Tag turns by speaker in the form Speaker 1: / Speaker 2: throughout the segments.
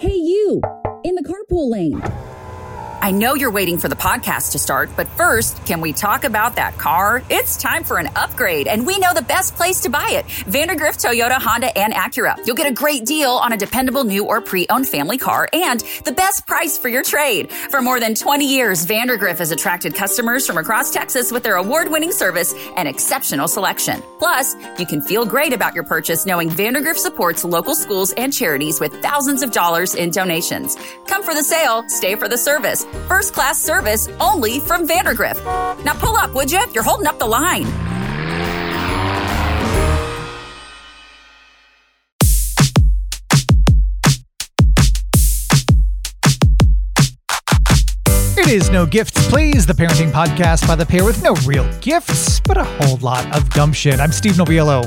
Speaker 1: Hey, you in the carpool lane.
Speaker 2: I know you're waiting for the podcast to start, but first, can we talk about that car? It's time for an upgrade, and we know the best place to buy it Vandergrift Toyota, Honda, and Acura. You'll get a great deal on a dependable new or pre owned family car and the best price for your trade. For more than 20 years, Vandergrift has attracted customers from across Texas with their award winning service and exceptional selection. Plus, you can feel great about your purchase knowing Vandergrift supports local schools and charities with thousands of dollars in donations. Come for the sale, stay for the service. First class service only from Vandergrift. Now pull up, would you? You're holding up the line.
Speaker 3: It is No Gifts, Please, the parenting podcast by the pair with no real gifts, but a whole lot of gumption. I'm Steve Noviello.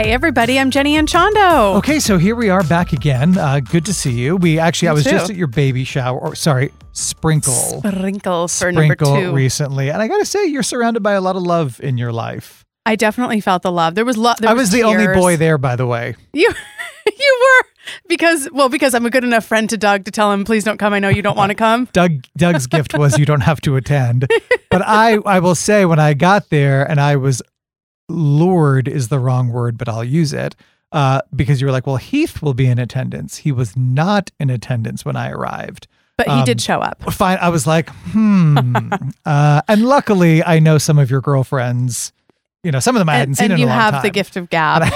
Speaker 4: Hey everybody, I'm Jenny Anchondo.
Speaker 3: Okay, so here we are back again. Uh, good to see you. We actually, I was
Speaker 4: too.
Speaker 3: just at your baby shower, or sorry, sprinkle.
Speaker 4: Sprinkle for
Speaker 3: Sprinkle
Speaker 4: number two.
Speaker 3: recently. And I got to say, you're surrounded by a lot of love in your life.
Speaker 4: I definitely felt the love. There was love.
Speaker 3: I was the only boy there, by the way.
Speaker 4: You, you were because well because I'm a good enough friend to Doug to tell him please don't come. I know you don't want to come.
Speaker 3: Doug Doug's gift was you don't have to attend. But I I will say when I got there and I was lured is the wrong word, but I'll use it. Uh, because you were like, well, Heath will be in attendance. He was not in attendance when I arrived.
Speaker 4: But he
Speaker 3: Um,
Speaker 4: did show up.
Speaker 3: Fine. I was like, hmm. uh, and luckily, I know some of your girlfriends. You know, some of them I hadn't
Speaker 4: And,
Speaker 3: seen
Speaker 4: and
Speaker 3: in
Speaker 4: you
Speaker 3: a long
Speaker 4: have
Speaker 3: time.
Speaker 4: the gift of gab.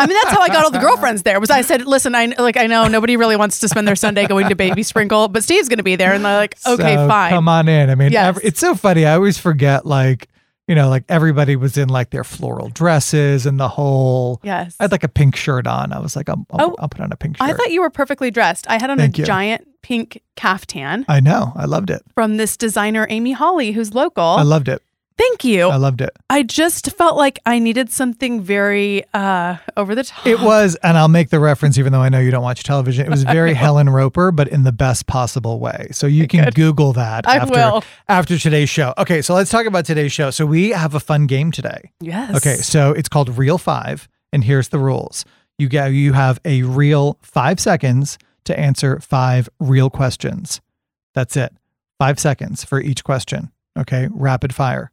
Speaker 4: I mean that's how I got all the girlfriends there. Was I said listen I like I know nobody really wants to spend their Sunday going to baby sprinkle, but Steve's going to be there, and they're like okay
Speaker 3: So,
Speaker 4: fine.
Speaker 3: Come on in. I mean,
Speaker 4: Yes.
Speaker 3: every- it's so funny. I always forget, like, you know, like everybody was in like their floral dresses and the whole.
Speaker 4: Yes.
Speaker 3: I had like a pink shirt on. I was like, I'm, I'll,
Speaker 4: Oh,
Speaker 3: I'll put on a pink shirt.
Speaker 4: I thought you were perfectly dressed. I had on
Speaker 3: Thank
Speaker 4: a
Speaker 3: you.
Speaker 4: giant pink caftan
Speaker 3: I know. I loved it.
Speaker 4: from this designer Amy Holly, who's local.
Speaker 3: I loved it.
Speaker 4: Thank you.
Speaker 3: I loved it.
Speaker 4: I just felt like I needed something very uh over the top.
Speaker 3: It was, and I'll make the reference, even though I know you don't watch television. It was very Helen Roper, but in the best possible way. So you can Google that
Speaker 4: I
Speaker 3: after
Speaker 4: will.
Speaker 3: after today's show. Okay, so let's talk about today's show. So we have a fun game today.
Speaker 4: Yes.
Speaker 3: Okay, so it's called Real Five, and here's the rules. You go you have a real five seconds to answer five real questions. That's it. Five seconds for each question. Okay, rapid fire.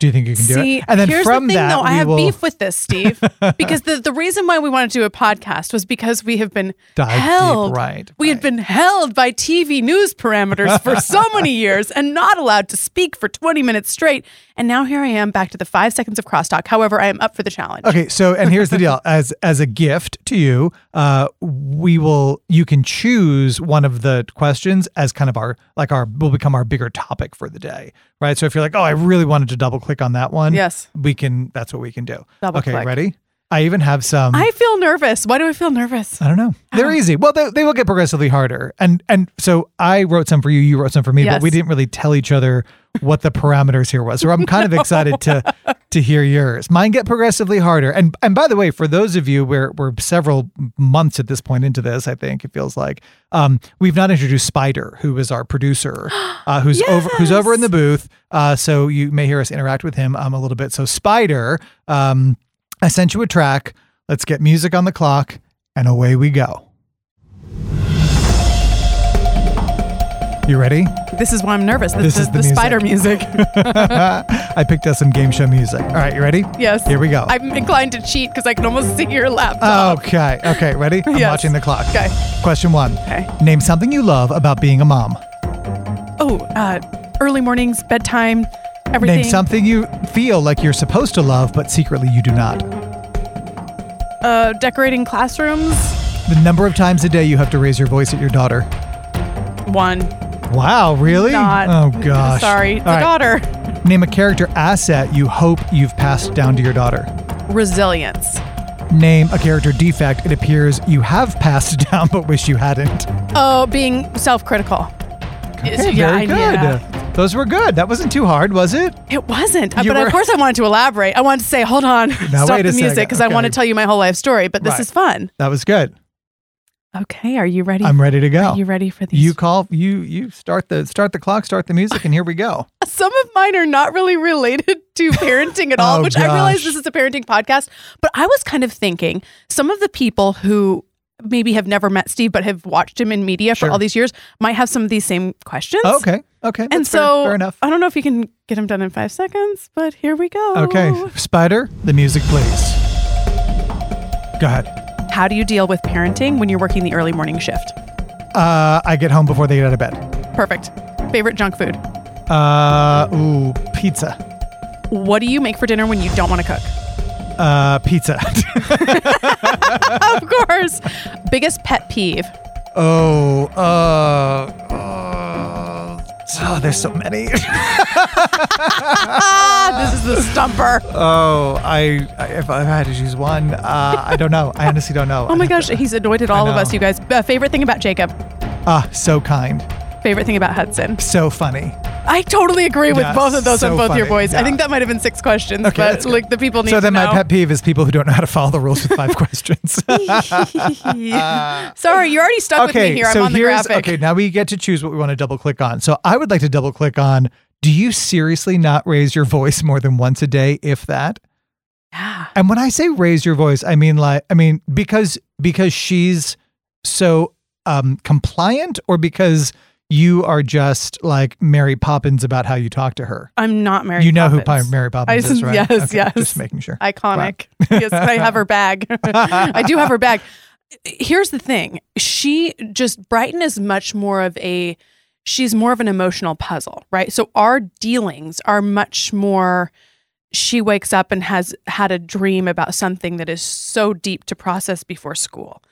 Speaker 3: Do you think you can do
Speaker 4: See,
Speaker 3: it? And then
Speaker 4: here's
Speaker 3: from
Speaker 4: the thing,
Speaker 3: that,
Speaker 4: though, I
Speaker 3: we
Speaker 4: have
Speaker 3: will
Speaker 4: beef with this, Steve, because the, the reason why we wanted to do a podcast was because we have been
Speaker 3: dive deep,
Speaker 4: held.
Speaker 3: right,
Speaker 4: We
Speaker 3: right.
Speaker 4: had been held by TV news parameters for so many years and not allowed to speak for 20 minutes straight. And now here I am back to the five seconds of crosstalk. However, I am up for the challenge.
Speaker 3: Okay, so and here's the deal: as as a gift to you, uh, we will you can choose one of the questions as kind of our like our will become our bigger topic for the day, right? So if you're like, oh, I really wanted to double click on that one,
Speaker 4: Yes.
Speaker 3: we can. That's what we can do.
Speaker 4: Double
Speaker 3: okay,
Speaker 4: click.
Speaker 3: ready? I even have some.
Speaker 4: I feel nervous. Why do I feel nervous?
Speaker 3: I don't know. They're easy. Well, they, they will get progressively harder. And and so I wrote some for you. You wrote some for me, but
Speaker 4: Yes.
Speaker 3: we didn't really tell each other what the parameters here was. So I'm kind of excited to to hear yours. Mine get progressively harder. And and by the way, for those of you where we're several months at this point into this, I think it feels like um, we've not introduced Spider, who is our producer, uh, who's over who's over in the booth. Uh, so you may hear us interact with him um, a little bit. So Spider, um, I sent you a track. Let's get music on the clock and away we go. You ready?
Speaker 4: This is why I'm nervous. This,
Speaker 3: This
Speaker 4: is
Speaker 3: is the
Speaker 4: the spider music.
Speaker 3: I picked out some game show music. All right, you ready?
Speaker 4: Yes.
Speaker 3: Here we go. Uh,
Speaker 4: I'm inclined to cheat because I can almost see your laptop.
Speaker 3: Okay, okay, ready? I'm
Speaker 4: Yes.
Speaker 3: watching the clock.
Speaker 4: Okay.
Speaker 3: Question one.
Speaker 4: Okay.
Speaker 3: Name something you love about being a mom.
Speaker 4: Oh, uh, early mornings, bedtime, everything.
Speaker 3: Name something you feel like you're supposed to love, but secretly you do not.
Speaker 4: Uh, decorating classrooms.
Speaker 3: The number of times a day you have to raise your voice at your daughter.
Speaker 4: One.
Speaker 3: Wow, really?
Speaker 4: Not.
Speaker 3: oh, gosh.
Speaker 4: Sorry. The
Speaker 3: All right.
Speaker 4: daughter.
Speaker 3: Name a character asset you hope you've passed down to your daughter.
Speaker 4: Resilience.
Speaker 3: Name a character defect it appears you have passed down but wish you hadn't.
Speaker 4: Oh, being self-critical. Is-
Speaker 3: Hey,
Speaker 4: yeah,
Speaker 3: very good.
Speaker 4: yeah.
Speaker 3: Those were good. That wasn't too hard, was it?
Speaker 4: It wasn't,
Speaker 3: You
Speaker 4: but
Speaker 3: were-
Speaker 4: of course I wanted to elaborate. I wanted to say, hold on,
Speaker 3: wait
Speaker 4: stop
Speaker 3: a
Speaker 4: the music
Speaker 3: second.
Speaker 4: because I want to
Speaker 3: Okay.
Speaker 4: tell you my whole life story. But this
Speaker 3: Right.
Speaker 4: is fun.
Speaker 3: That was good.
Speaker 4: Okay, are you ready?
Speaker 3: I'm ready to go.
Speaker 4: Are you ready for these?
Speaker 3: You call you you start the start the clock, start the music, and here we go.
Speaker 4: some of mine are not really related to parenting at all,
Speaker 3: Oh,
Speaker 4: which I realize
Speaker 3: gosh.
Speaker 4: this is a parenting podcast, but I was kind of thinking some of the people who maybe have never met Steve but have watched him in media for all these years might have some of these same questions.
Speaker 3: okay. Okay.
Speaker 4: And
Speaker 3: that's fair-
Speaker 4: so
Speaker 3: fair enough.
Speaker 4: I don't know if you can get them done in five seconds, but here we go.
Speaker 3: Okay. Spider, the music plays. Go ahead.
Speaker 4: How do you deal with parenting when you're working the early morning shift?
Speaker 3: Uh, I get home before they get out of bed.
Speaker 4: Perfect. Favorite junk food?
Speaker 3: Uh, ooh, pizza.
Speaker 4: What do you make for dinner when you don't want to cook?
Speaker 3: Uh, pizza.
Speaker 4: Of course. Biggest pet peeve.
Speaker 3: oh, uh, uh, oh, there's so many.
Speaker 4: Ah, this is the stumper.
Speaker 3: oh, I, I if I had to choose one, uh, I don't know. I honestly don't know.
Speaker 4: Oh my gosh, he's annoyed at all of us, you guys. Uh, favorite thing about Jacob?
Speaker 3: Ah, so kind,
Speaker 4: Favorite thing about Hudson?
Speaker 3: so funny.
Speaker 4: I totally agree with
Speaker 3: Yeah,
Speaker 4: both of those
Speaker 3: so
Speaker 4: on both your
Speaker 3: funny.
Speaker 4: boys. I
Speaker 3: Yeah.
Speaker 4: think that might have been six questions,
Speaker 3: Okay,
Speaker 4: but
Speaker 3: that's good.
Speaker 4: like the people need
Speaker 3: So
Speaker 4: to
Speaker 3: then,
Speaker 4: know.
Speaker 3: my pet peeve is people who don't know how to follow the rules with five questions. uh,
Speaker 4: Sorry, you're already stuck with me here. I'm on the graphic.
Speaker 3: okay. Now we get to choose what we want to double click on. So I would like to double click on. Do you seriously not raise your voice more than once a day, if that? Yeah. And when I say raise your voice, I mean like I mean because because she's so um compliant, or because you are just like Mary Poppins about how you talk to her.
Speaker 4: I'm not Mary.
Speaker 3: you know
Speaker 4: Poppins.
Speaker 3: who Pi- Mary Poppins
Speaker 4: I-
Speaker 3: is, right?
Speaker 4: yes,
Speaker 3: Okay,
Speaker 4: yes.
Speaker 3: Just making sure.
Speaker 4: Iconic. yes, I have her bag. I do have her bag. Here's the thing. She just Brighton is much more of a she's more of an emotional puzzle, right? So our dealings are much more she wakes up and has had a dream about something that is so deep to process before school.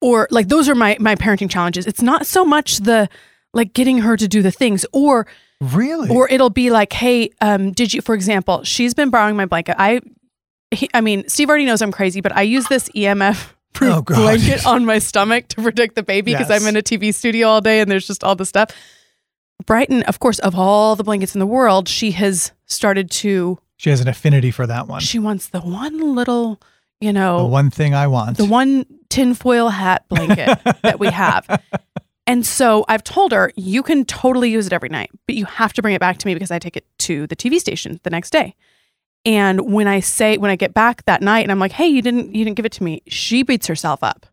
Speaker 4: Or like those are my my parenting challenges. It's not so much the like getting her to do the things or
Speaker 3: really?
Speaker 4: or it'll be like, hey, um, did you, for example, she's been borrowing my blanket. I, he, I mean, Steve already knows I'm crazy, but I use this EMF proof
Speaker 3: Oh, God.
Speaker 4: blanket on my stomach to protect the baby because
Speaker 3: Yes.
Speaker 4: I'm in a TV studio all day and there's just all the stuff. Brighton, of course, of all the blankets in the world, she has started to,
Speaker 3: she has an affinity for that one.
Speaker 4: she wants the one little, you
Speaker 3: the
Speaker 4: know,
Speaker 3: one thing I want.
Speaker 4: the one tinfoil hat blanket that we have. And so I've told her, you can totally use it every night, but you have to bring it back to me because I take it to the TV station the next day. And when I say when I get back that night and I'm like, hey, you didn't you didn't give it to me, she beats herself up.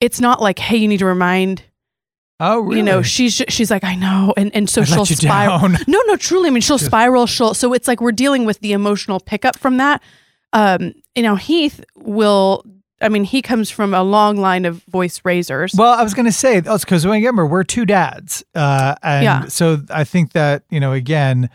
Speaker 4: It's not like, hey, you need to remind
Speaker 3: oh, really?
Speaker 4: you know, she's ju- she's like, I know, and and so
Speaker 3: I let
Speaker 4: she'll
Speaker 3: you
Speaker 4: spiral.
Speaker 3: down.
Speaker 4: No, no, truly, I mean, she'll
Speaker 3: Just-
Speaker 4: spiral. She'll so it's like we're dealing with the emotional pickup from that. Um, you know, Heath will. I mean, he comes from a long line of voice raisers.
Speaker 3: Well, I was going to say oh, that's because remember we're two dads, uh, and
Speaker 4: Yeah.
Speaker 3: so I think that you know again,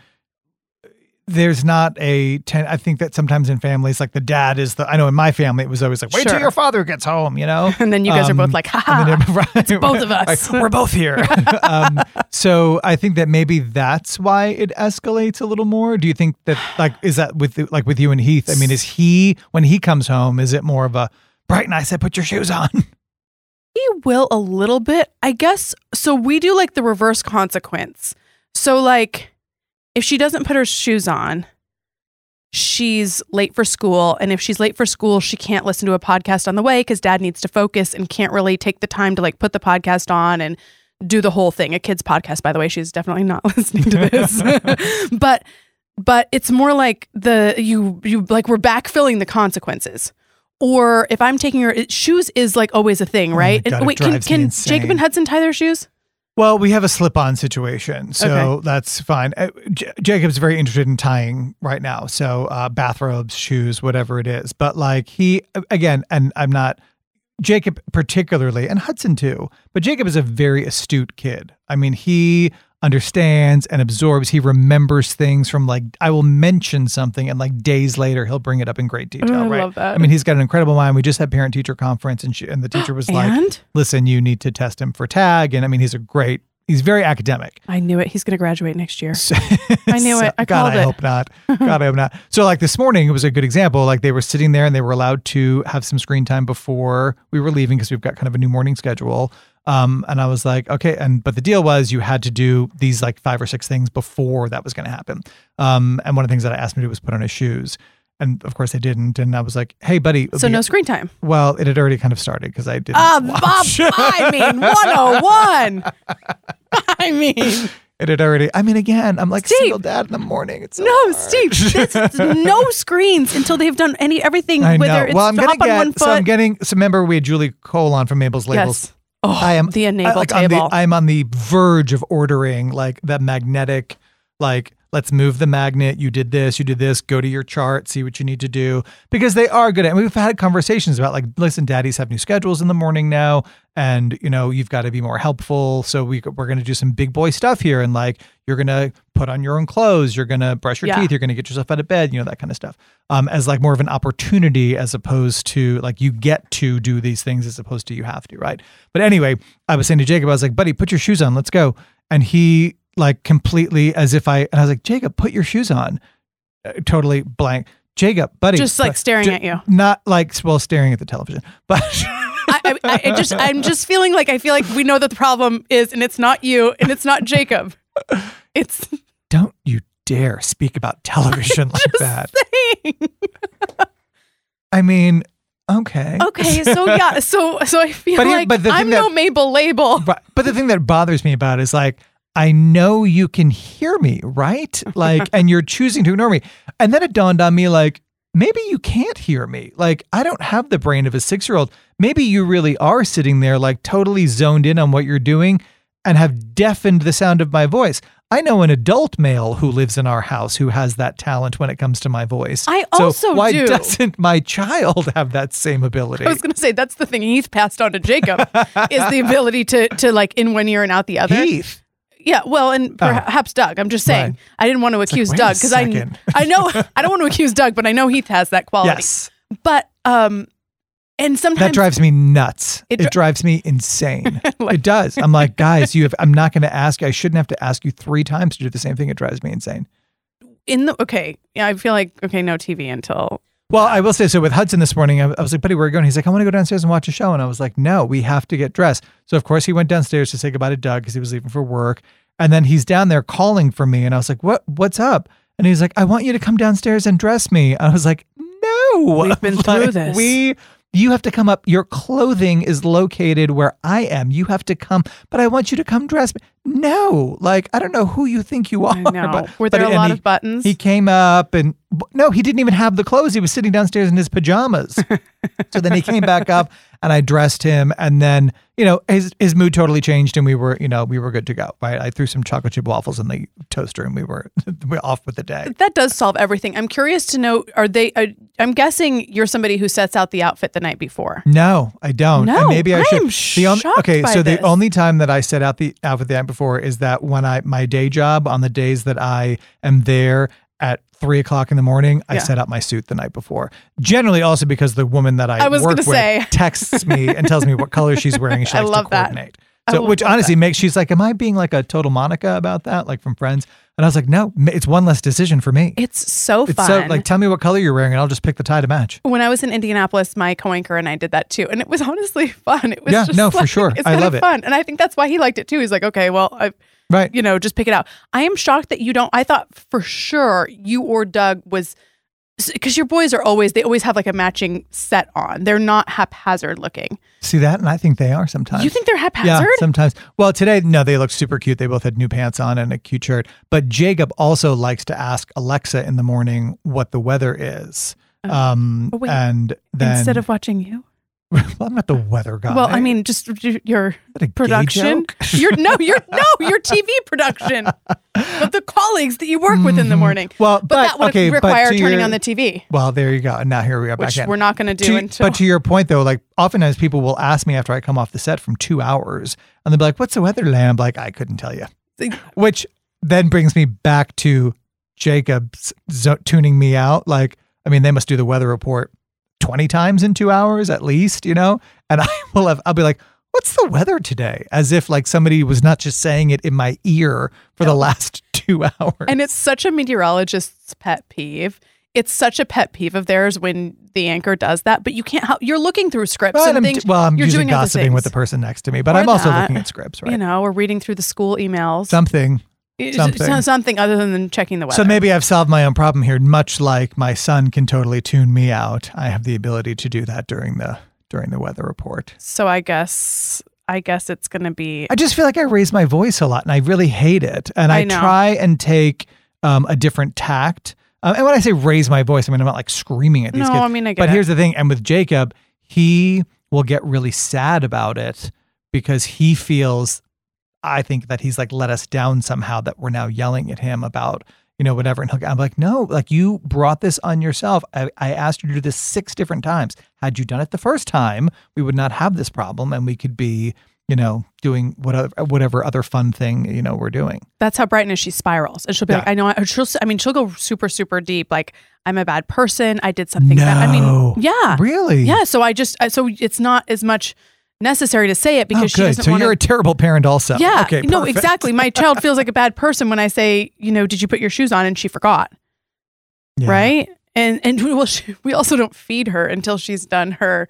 Speaker 3: there's not a ten. I think that sometimes in families, like the dad is the. I know in my family, it was always like, wait till
Speaker 4: Sure.
Speaker 3: your father gets home, you know.
Speaker 4: and then you guys are both
Speaker 3: Um,
Speaker 4: like, ha
Speaker 3: and then-
Speaker 4: ha.
Speaker 3: right,
Speaker 4: both of
Speaker 3: like,
Speaker 4: us.
Speaker 3: we're both here. um, so I think that maybe that's why it escalates a little more. Do you think that like is that with like with you and Heath? I mean, is he when he comes home? Is it more of a Brighton? I said, put your shoes on.
Speaker 4: He will a little bit, I guess. So we do like the reverse consequence. So like, if she doesn't put her shoes on, she's late for school, and if she's late for school, she can't listen to a podcast on the way because dad needs to focus and can't really take the time to like put the podcast on and do the whole thing. A kid's podcast, by the way. She's definitely not listening to this, but but it's more like the you you like we're backfilling the consequences. Or if I'm taking her it, shoes is like always a thing, right?
Speaker 3: Oh God,
Speaker 4: and
Speaker 3: it
Speaker 4: wait, can,
Speaker 3: drives me
Speaker 4: can
Speaker 3: insane.
Speaker 4: Jacob and Hudson tie their shoes?
Speaker 3: Well, we have a slip-on situation, so
Speaker 4: Okay.
Speaker 3: that's fine. Uh, J- Jacob's very interested in tying right now, so uh, bathrobes, shoes, whatever it is. But like he again, and I'm not Jacob particularly, and Hudson too. But Jacob is a very astute kid. I mean, he understands and absorbs. He remembers things from like I will mention something, and like days later, he'll bring it up in great detail.
Speaker 4: Mm, I
Speaker 3: right?
Speaker 4: love that.
Speaker 3: I mean, he's got an incredible mind. We just had parent-teacher conference, and she, and the teacher was like
Speaker 4: and
Speaker 3: listen, you need to test him for tag. And I mean, he's a great, he's very academic.
Speaker 4: I knew it. He's going to graduate next year.
Speaker 3: So-
Speaker 4: I knew it. I
Speaker 3: God,
Speaker 4: called
Speaker 3: I
Speaker 4: it.
Speaker 3: hope not. God, I hope not. So, like this morning, it was a good example. Like they were sitting there and they were allowed to have some screen time before we were leaving because we've got kind of a new morning schedule. Um, and I was like, okay. And but the deal was you had to do these like five or six things before that was going to happen. Um, and one of the things that I asked him to do was put on his shoes. And of course, they didn't. And I was like, hey, buddy. it would
Speaker 4: So
Speaker 3: be-
Speaker 4: no screen time.
Speaker 3: Well, it had already kind of started because I
Speaker 4: Uh,
Speaker 3: didn't.
Speaker 4: Ah,
Speaker 3: watch.
Speaker 4: Bob, oh I mean, 101. I mean,
Speaker 3: It had already. I mean, again, I'm like
Speaker 4: Steve.
Speaker 3: single dad in the morning. It's so
Speaker 4: no,
Speaker 3: hard.
Speaker 4: Steve, this, no screens until they have done any everything.
Speaker 3: I
Speaker 4: whether
Speaker 3: know.
Speaker 4: it's
Speaker 3: Well, I'm
Speaker 4: hop
Speaker 3: gonna
Speaker 4: on one
Speaker 3: get.
Speaker 4: foot.
Speaker 3: So I'm getting. So remember, we had Julie Cole on from Mabel's Labels.
Speaker 4: yes. Oh,
Speaker 3: I am
Speaker 4: the
Speaker 3: I-
Speaker 4: enable
Speaker 3: like,
Speaker 4: table.
Speaker 3: I'm, the, I'm on the verge of ordering like that magnetic, like let's move the magnet. You did this. You did this. Go to your chart. See what you need to do because they are good at. And we've had conversations about like, listen, daddies have new schedules in the morning now, and you know you've got to be more helpful. So we we're going to do some big boy stuff here, and like you're going to put on your own clothes. You're going to brush your
Speaker 4: Yeah.
Speaker 3: teeth. You're going to get yourself out of bed. You know that kind of stuff. Um, as like more of an opportunity as opposed to like you get to do these things as opposed to you have to, right? But anyway, I was saying to Jacob, I was like, buddy, put your shoes on, let's go. And he like completely as if I and I was like, Jacob, put your shoes on. Uh, totally blank. Jacob, buddy,
Speaker 4: just like
Speaker 3: put-
Speaker 4: staring
Speaker 3: ju-
Speaker 4: at you.
Speaker 3: Not like well staring at the television, but
Speaker 4: I, I, I I just, I'm just feeling like I feel like we know that the problem is, and it's not you, and it's not Jacob. It's
Speaker 3: don't you dare speak about television like that. I mean, okay.
Speaker 4: okay. So yeah, so so I feel
Speaker 3: But here-
Speaker 4: like
Speaker 3: but the thing
Speaker 4: I'm no
Speaker 3: that-
Speaker 4: Mabel Label.
Speaker 3: Right. But the thing that bothers me about it is like, I know you can hear me, right? Like, and you're choosing to ignore me. And then it dawned on me, like, maybe you can't hear me. Like, I don't have the brain of a six year old. Maybe you really are sitting there, like, totally zoned in on what you're doing and have deafened the sound of my voice. I know an adult male who lives in our house who has that talent when it comes to my voice.
Speaker 4: I
Speaker 3: so
Speaker 4: also
Speaker 3: why
Speaker 4: do.
Speaker 3: doesn't my child have that same ability?
Speaker 4: I was gonna say that's the thing he's passed on to Jacob is the ability to to like in one ear and out the other.
Speaker 3: Heath. Oh.
Speaker 4: Yeah, well, and perhaps Doug. I'm just saying.
Speaker 3: Right.
Speaker 4: I didn't want to accuse
Speaker 3: wait a
Speaker 4: Doug because I
Speaker 3: second.
Speaker 4: I know I don't want to accuse Doug, but I know Heath has that quality.
Speaker 3: Yes.
Speaker 4: But um, and sometimes
Speaker 3: That drives me nuts.
Speaker 4: It
Speaker 3: It,
Speaker 4: dri-
Speaker 3: drives me insane.
Speaker 4: Like-
Speaker 3: it does. I'm like, guys, you have. I'm not going to ask you. I shouldn't have to ask you three times to do the same thing. It drives me insane.
Speaker 4: in the okay. Yeah, I feel like okay, no TV until
Speaker 3: Well, I will say so. With Hudson this morning, I, I was like, buddy, where are you going? He's like, I want to go downstairs and watch a show. And I was like, no, we have to get dressed. So, of course, he went downstairs to say goodbye to Doug because he was leaving for work. And then he's down there calling for me. And I was like, what? What's up? And he's like, I want you to come downstairs and dress me. I was like, no.
Speaker 4: We've been through
Speaker 3: Like,
Speaker 4: this.
Speaker 3: We. You have to come up. Your clothing is located where I am. You have to come, but I want you to come dress me. No, like I don't know who you think you are.
Speaker 4: I know.
Speaker 3: but-
Speaker 4: Were
Speaker 3: but-
Speaker 4: there a
Speaker 3: and
Speaker 4: lot
Speaker 3: he-
Speaker 4: of buttons?
Speaker 3: he came up and no, he didn't even have the clothes. He was sitting downstairs in his pajamas. so then he came back up and I dressed him and then, you know, his his mood totally changed and we were, you know, we were good to go. Right? I threw some chocolate chip waffles in the toaster and we were we are off with the day.
Speaker 4: that does solve everything. I'm curious to know are they? Are, I'm guessing you're somebody who sets out the outfit the night before.
Speaker 3: No, I don't.
Speaker 4: No,
Speaker 3: and maybe I
Speaker 4: I
Speaker 3: should.
Speaker 4: am
Speaker 3: the only,
Speaker 4: shocked
Speaker 3: okay,
Speaker 4: by
Speaker 3: so
Speaker 4: this.
Speaker 3: the only time that I set out the outfit the night before is that when I my day job on the days that I am there at three o'clock in the morning, I
Speaker 4: Yeah.
Speaker 3: set out my suit the night before. Generally, also because the woman that I,
Speaker 4: I was
Speaker 3: work
Speaker 4: gonna
Speaker 3: with
Speaker 4: say.
Speaker 3: texts me and tells me what color she's wearing. and She
Speaker 4: I
Speaker 3: likes
Speaker 4: love
Speaker 3: to
Speaker 4: that.
Speaker 3: coordinate.
Speaker 4: I
Speaker 3: So,
Speaker 4: love
Speaker 3: which
Speaker 4: that.
Speaker 3: honestly makes she's like, "Am I being like a total Monica about that, like from Friends?" And I was like, "No, it's one less decision for me."
Speaker 4: It's so
Speaker 3: It's
Speaker 4: fun.
Speaker 3: so like, tell me what color you're wearing, and I'll just pick the tie to match.
Speaker 4: when I was in Indianapolis, my co-anchor and I did that too, and it was honestly fun. It was
Speaker 3: Yeah,
Speaker 4: just
Speaker 3: no, for
Speaker 4: like-
Speaker 3: sure.
Speaker 4: It's
Speaker 3: I
Speaker 4: kind
Speaker 3: love
Speaker 4: of
Speaker 3: it.
Speaker 4: fun, and I think that's why he liked it too. He's like, okay, well, I,
Speaker 3: Right?
Speaker 4: you know, just pick it out. I am shocked that you don't. I thought for sure you or Doug was because your boys are always they always have like a matching set on. They're not haphazard looking.
Speaker 3: See that, and I think they are sometimes.
Speaker 4: You think they're
Speaker 3: Uh, Yeah,
Speaker 4: haphazard?
Speaker 3: sometimes. Well, today, no, they look super cute. They both had new pants on and a cute shirt. But Jacob also likes to ask Alexa in the morning what the weather is. Um,
Speaker 4: Oh, wait.
Speaker 3: and then
Speaker 4: Instead of watching you.
Speaker 3: well, I'm not the weather guy.
Speaker 4: Well, I mean, just y- your
Speaker 3: Is that a gay
Speaker 4: production.
Speaker 3: joke?
Speaker 4: Your no, your no, your TV production. But the colleagues that you work with in the morning.
Speaker 3: Mm-hmm. Hmm. Well,
Speaker 4: but,
Speaker 3: but-
Speaker 4: that would
Speaker 3: okay, but
Speaker 4: require
Speaker 3: to
Speaker 4: turning
Speaker 3: your-
Speaker 4: on the TV,
Speaker 3: Well, there you go. And now here we are
Speaker 4: which
Speaker 3: back in.
Speaker 4: we're not going to do
Speaker 3: To-
Speaker 4: until.
Speaker 3: but to your point though, like oftentimes people will ask me after I come off the set from two hours, and they'll be like, "What's the weather?" today?" And I'm like, "I couldn't tell you," which then brings me back to Jacob's zo- tuning me out. Like, I mean, they must do the weather report twenty times in two hours at least, you know. And I will have, I'll be like. What's the weather today? As if like somebody was not just saying it in my ear for the last two hours.
Speaker 4: and it's such a meteorologist's pet peeve. It's such a pet peeve of theirs when the anchor does that. But you can't. help You're looking through scripts
Speaker 3: But
Speaker 4: and
Speaker 3: I'm,
Speaker 4: things.
Speaker 3: well, I'm
Speaker 4: you're
Speaker 3: usually
Speaker 4: doing other
Speaker 3: gossiping with the
Speaker 4: things.
Speaker 3: person next to me, but
Speaker 4: Or
Speaker 3: I'm also
Speaker 4: that.
Speaker 3: looking at scripts, right?
Speaker 4: You know, or reading through the school emails.
Speaker 3: Something.
Speaker 4: It's-
Speaker 3: something.
Speaker 4: it's something other than checking the weather.
Speaker 3: So maybe I've solved my own problem here. Much like my son can totally tune me out, I have the ability to do that during the during the weather report.
Speaker 4: So I guess I guess it's going to be
Speaker 3: I just feel like I raise my voice a lot and I really hate it. And I,
Speaker 4: I know.
Speaker 3: try and take um, a different tact. Um, and when I say raise my voice, I mean, I'm not like screaming at these
Speaker 4: No,
Speaker 3: kids.
Speaker 4: I mean, I get
Speaker 3: But
Speaker 4: it.
Speaker 3: here's the thing. And with Jacob, he will get really sad about it because he feels, I think, that he's like let us down somehow that we're now yelling at him about, you know, whatever. And he'll, I'm like, no, like you brought this on yourself. I, I asked you to do this six different times. Had you done it the first time, we would not have this problem and we could be, you know, doing whatever, whatever other fun thing, you know, we're doing.
Speaker 4: that's how Brighton is. She spirals, and she'll be
Speaker 3: Yeah.
Speaker 4: like, "I know." I, she'll, I mean, she'll go super, super deep. Like, I'm a bad person. I did something bad. I
Speaker 3: No.
Speaker 4: mean, yeah,
Speaker 3: Really?
Speaker 4: Ah. yeah. So I just, I, so it's not as much necessary to say it
Speaker 3: Oh,
Speaker 4: because she
Speaker 3: good.
Speaker 4: doesn't
Speaker 3: So
Speaker 4: want
Speaker 3: you're a terrible parent also.
Speaker 4: yeah,
Speaker 3: Okay.
Speaker 4: no,
Speaker 3: perfect.
Speaker 4: exactly. My child feels like a bad person when I say, you know, did you put your shoes on? And she forgot,
Speaker 3: Yeah.
Speaker 4: right? And and well, she, we also don't feed her until she's done her.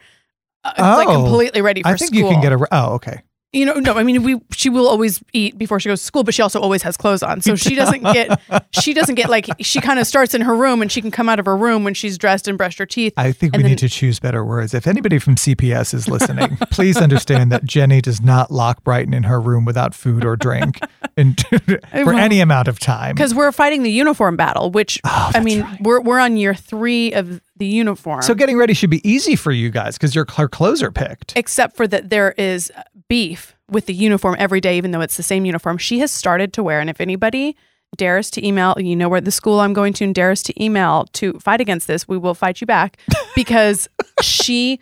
Speaker 4: Uh, it's like
Speaker 3: Oh.
Speaker 4: completely ready for
Speaker 3: I think you
Speaker 4: school.
Speaker 3: can get a. Oh, okay.
Speaker 4: you know no i mean we she will always eat before she goes to school but she also always has clothes on so she doesn't get she doesn't get like she kind of starts in her room and she can come out of her room when she's dressed and brushed her teeth
Speaker 3: I think we
Speaker 4: And
Speaker 3: need to
Speaker 4: then-
Speaker 3: choose better words. If anybody from CPS is listening, please understand that Jenny does not lock Brighton in her room without food or drink in, for any amount of time.
Speaker 4: because we're fighting the uniform battle which i
Speaker 3: Oh, that's
Speaker 4: mean we're, we're on year three of the uniform
Speaker 3: So getting ready should be easy for you guys because your her clothes are picked.
Speaker 4: except for that there is beef with the uniform every day even though it's the same uniform she has started to wear and if anybody dares to email you know where the school i'm going to and dares to email to fight against this we will fight you back because she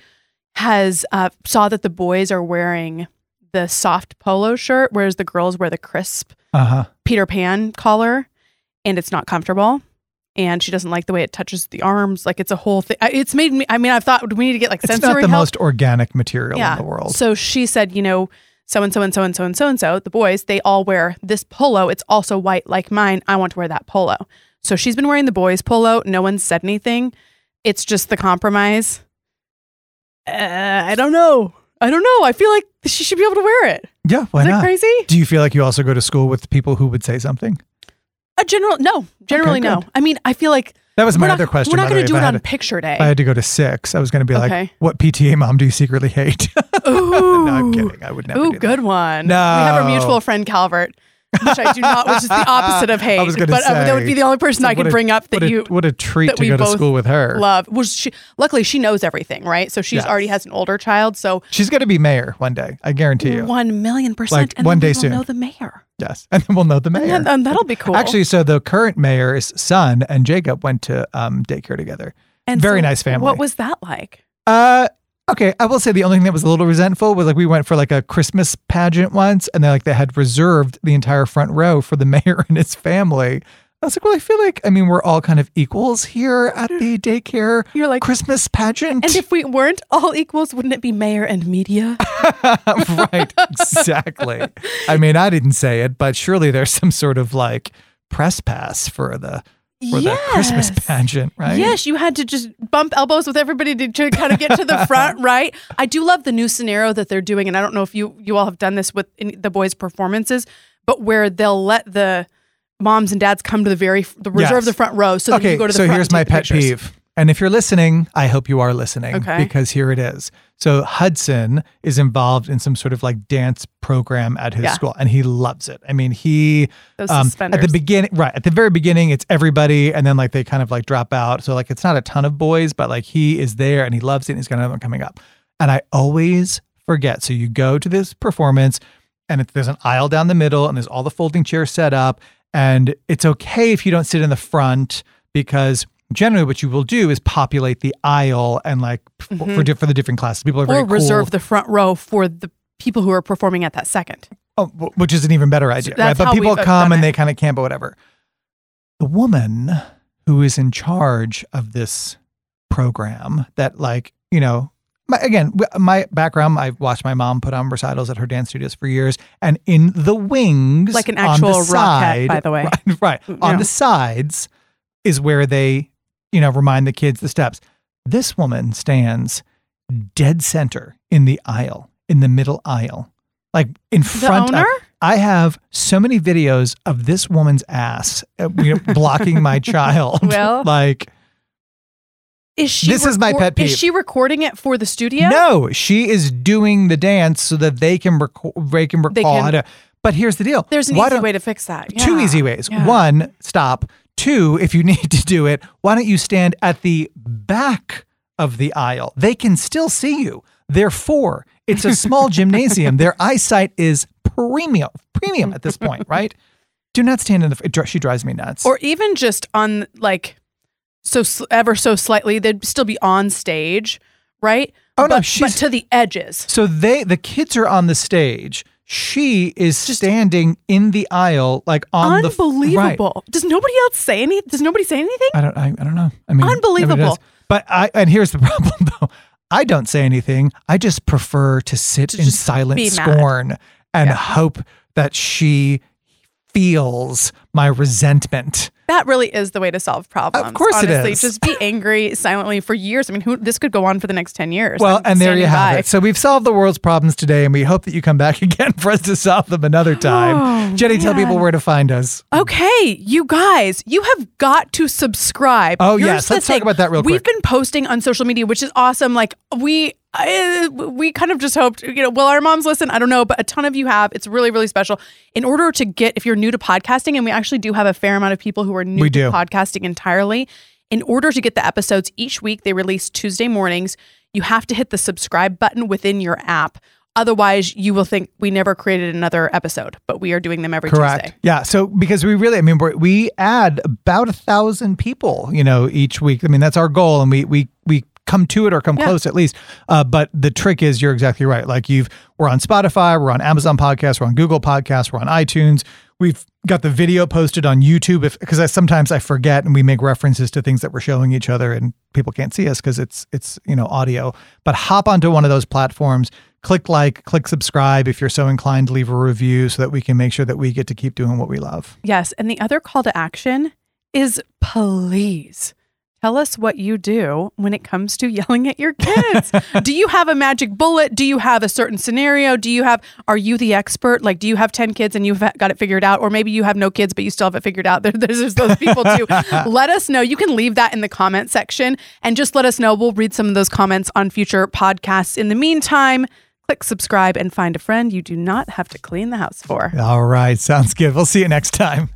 Speaker 4: has uh, saw that the boys are wearing the soft polo shirt whereas the girls wear the crisp
Speaker 3: Uh huh.
Speaker 4: peter pan collar and it's not comfortable and she doesn't like the way it touches the arms like it's a whole thing I- it's made me i mean i thought we need to get like
Speaker 3: It's
Speaker 4: sensory
Speaker 3: not the
Speaker 4: help.
Speaker 3: most organic material in the world.
Speaker 4: So she said, you know, so and so and so and so and so and so, the boys, they all wear this polo. It's also white like mine. I want to wear that polo. So she's been wearing the boys' polo. No one said anything. It's just the compromise. Uh, I don't know. I don't know. I feel like she should be able to wear it. Is
Speaker 3: yeah, why
Speaker 4: that
Speaker 3: not?
Speaker 4: crazy?
Speaker 3: Do you feel like you also go to school with people who would say something?
Speaker 4: A general no. Generally
Speaker 3: Okay,
Speaker 4: no. I mean, I feel like
Speaker 3: That was my
Speaker 4: we're not,
Speaker 3: other question.
Speaker 4: We're
Speaker 3: by
Speaker 4: not
Speaker 3: the
Speaker 4: going
Speaker 3: way,
Speaker 4: to do
Speaker 3: if
Speaker 4: it
Speaker 3: I had
Speaker 4: on
Speaker 3: to-
Speaker 4: picture day.
Speaker 3: if I had to go to six. I was going to be like,
Speaker 4: Okay.
Speaker 3: "What PTA mom do you secretly hate?"
Speaker 4: Ooh.
Speaker 3: no, I'm kidding. I would never. do
Speaker 4: Ooh,
Speaker 3: that.
Speaker 4: good one.
Speaker 3: No.
Speaker 4: We have our mutual friend Calvert, which I do not, which is the opposite of hate.
Speaker 3: I was gonna
Speaker 4: but uh, that would
Speaker 3: say,
Speaker 4: be the only person I
Speaker 3: What
Speaker 4: could
Speaker 3: a-
Speaker 4: bring up that
Speaker 3: what a-
Speaker 4: you
Speaker 3: what a treat
Speaker 4: that
Speaker 3: to
Speaker 4: we
Speaker 3: go to
Speaker 4: both
Speaker 3: school with her.
Speaker 4: love. Was she? Luckily, she knows everything, right? So she's
Speaker 3: Yes.
Speaker 4: already has an older child. So
Speaker 3: She's going to be mayor one day. I guarantee you.
Speaker 4: one million percent,
Speaker 3: Like,
Speaker 4: and
Speaker 3: one
Speaker 4: then
Speaker 3: day
Speaker 4: we will
Speaker 3: soon.
Speaker 4: know the mayor,
Speaker 3: Yes, and then we'll know the mayor.
Speaker 4: And, and that'll be cool.
Speaker 3: Actually, so the current mayor's son and Jacob went to um, daycare together.
Speaker 4: and
Speaker 3: very
Speaker 4: so
Speaker 3: nice family.
Speaker 4: What was that like?
Speaker 3: Uh, okay. I will say the only thing that was a little resentful was like we went for like a Christmas pageant once, and they like they had reserved the entire front row for the mayor and his family. I was like, well, I feel like I mean we're all kind of equals here at the daycare
Speaker 4: You're like,
Speaker 3: Christmas pageant.
Speaker 4: and if we weren't all equals, wouldn't it be mayor and media?
Speaker 3: right, exactly. I mean, I didn't say it, but surely there's some sort of like press pass for the for the Christmas
Speaker 4: Yes.
Speaker 3: pageant, right?
Speaker 4: Yes, you had to just bump elbows with everybody to, to kind of get to the front, right? I do love the new scenario that they're doing, and I don't know if you you all have done this with in the boys' performances, but where they'll let the moms and dads come to the very the
Speaker 3: Yes.
Speaker 4: reserve the front row, so that
Speaker 3: okay,
Speaker 4: you go to the
Speaker 3: so
Speaker 4: front
Speaker 3: here's
Speaker 4: and
Speaker 3: my
Speaker 4: take the
Speaker 3: pet
Speaker 4: pictures.
Speaker 3: peeve. And if you're listening, I hope you are listening
Speaker 4: Okay.
Speaker 3: because here it is. So Hudson is involved in some sort of like dance program at his
Speaker 4: Yeah.
Speaker 3: school and he loves it. I mean, he um,
Speaker 4: Those
Speaker 3: at
Speaker 4: suspenders.
Speaker 3: the beginning, right, at the very beginning it's everybody and then like they kind of like drop out. So like it's not a ton of boys, but like he is there and he loves it and he's got another one coming up. And I always forget. So you go to this performance and it, there's an aisle down the middle and there's all the folding chairs set up and it's okay if you don't sit in the front because generally what you will do is populate the aisle and like f- for, di- for the different classes people are very
Speaker 4: Mm-hmm. or reserve
Speaker 3: cool,
Speaker 4: the front row for the people who are performing at that second.
Speaker 3: Oh, w- which is an even better idea right
Speaker 4: that's
Speaker 3: but
Speaker 4: how
Speaker 3: people
Speaker 4: we've
Speaker 3: come
Speaker 4: done
Speaker 3: and
Speaker 4: it.
Speaker 3: they kind of camp or whatever the woman who is in charge of this program that like you know my, again w- my background i've watched my mom put on recitals at her dance studios for years and in the wings
Speaker 4: Like an
Speaker 3: on the
Speaker 4: actual rockette,
Speaker 3: side,
Speaker 4: by the way.
Speaker 3: right, right, on
Speaker 4: Yeah.
Speaker 3: the sides is where they you know remind the kids the steps this woman stands dead center in the aisle in the middle aisle like in front
Speaker 4: owner?
Speaker 3: of I have so many videos of this woman's ass uh, you know, blocking my child.
Speaker 4: Well-
Speaker 3: like
Speaker 4: Is she?
Speaker 3: This is my
Speaker 4: record-
Speaker 3: pet peeve.
Speaker 4: Is she recording it for the studio?
Speaker 3: No, she is doing the dance so that they can record. They can recall
Speaker 4: can-
Speaker 3: how to. But here's the deal.
Speaker 4: There's an
Speaker 3: Why
Speaker 4: easy
Speaker 3: don't-
Speaker 4: way to fix that.
Speaker 3: Two
Speaker 4: Yeah.
Speaker 3: easy ways.
Speaker 4: Yeah.
Speaker 3: One, stop. Two, if you need to do it, why don't you stand at the back of the aisle? They can still see you. Therefore, it's a small gymnasium. Their eyesight is premium, premium at this point, right? Do not stand in the. It, dri- she drives me nuts.
Speaker 4: Or even just on like so sl- ever so slightly, they'd still be on stage, right?
Speaker 3: Oh, no,
Speaker 4: but,
Speaker 3: she's-
Speaker 4: but to the edges.
Speaker 3: So they the kids are on the stage. She is standing in the aisle, like on the f- right.
Speaker 4: Unbelievable. Does nobody else say any? Does nobody say anything?
Speaker 3: I don't. I, I don't know. I mean, nobody
Speaker 4: Unbelievable.
Speaker 3: does. But I and here's the problem though. I don't say anything. I just prefer to sit in
Speaker 4: just
Speaker 3: silent
Speaker 4: be mad.
Speaker 3: scorn and hope that she feels my resentment.
Speaker 4: That really is the way to solve problems.
Speaker 3: course it
Speaker 4: honestly.
Speaker 3: is.
Speaker 4: Just be angry silently for years. I mean, who this could go on for the next ten years.
Speaker 3: Well,
Speaker 4: I'm
Speaker 3: and there you
Speaker 4: standing
Speaker 3: have
Speaker 4: by.
Speaker 3: it. So we've solved the world's problems today, and we hope that you come back again for us to solve them another time.
Speaker 4: Oh,
Speaker 3: Jenny, tell people
Speaker 4: man.
Speaker 3: where to find us.
Speaker 4: Okay, you guys, you have got to subscribe.
Speaker 3: Oh,
Speaker 4: Here's
Speaker 3: yes,
Speaker 4: the
Speaker 3: let's talk
Speaker 4: thing.
Speaker 3: about that real
Speaker 4: We've
Speaker 3: quick.
Speaker 4: been posting on social media, which is awesome. Like we, uh, we kind of just hoped, you know, will our moms listen? I don't know, but a ton of you have. It's really, really special. In order to get, if you're new to podcasting, and we actually do have a fair amount of people who are new
Speaker 3: We
Speaker 4: to
Speaker 3: do.
Speaker 4: podcasting entirely. In order to get the episodes each week, they release Tuesday mornings. You have to hit the subscribe button within your app. Otherwise, you will think we never created another episode, but we are doing them every
Speaker 3: Correct.
Speaker 4: Tuesday.
Speaker 3: Yeah. So because we really, I mean, we're, we add about a thousand people, you know, each week. I mean, that's our goal, and we we we come to it or come close at least. Uh, but the trick is, you're exactly right. Like you've, we're on Spotify, we're on Amazon Podcasts, we're on Google Podcasts, we're on iTunes. We've got the video posted on YouTube if because I sometimes I forget and we make references to things that we're showing each other and people can't see us because it's it's you know audio. But hop onto one of those platforms, click like, click subscribe if you're so inclined, leave a review so that we can make sure that we get to keep doing what we love.
Speaker 4: Yes. And the other call to action is please tell us what you do when it comes to yelling at your kids. do you have a magic bullet? Do you have a certain scenario? Do you have, are you the expert? Like, do you have 10 kids and you've got it figured out? Or maybe you have no kids, but you still have it figured out. There, there's just those people too. let us know. You can leave that in the comment section and just let us know. We'll read some of those comments on future podcasts. In the meantime, click subscribe and find a friend you do not have to clean the house for.
Speaker 3: All right, sounds good. We'll see you next time.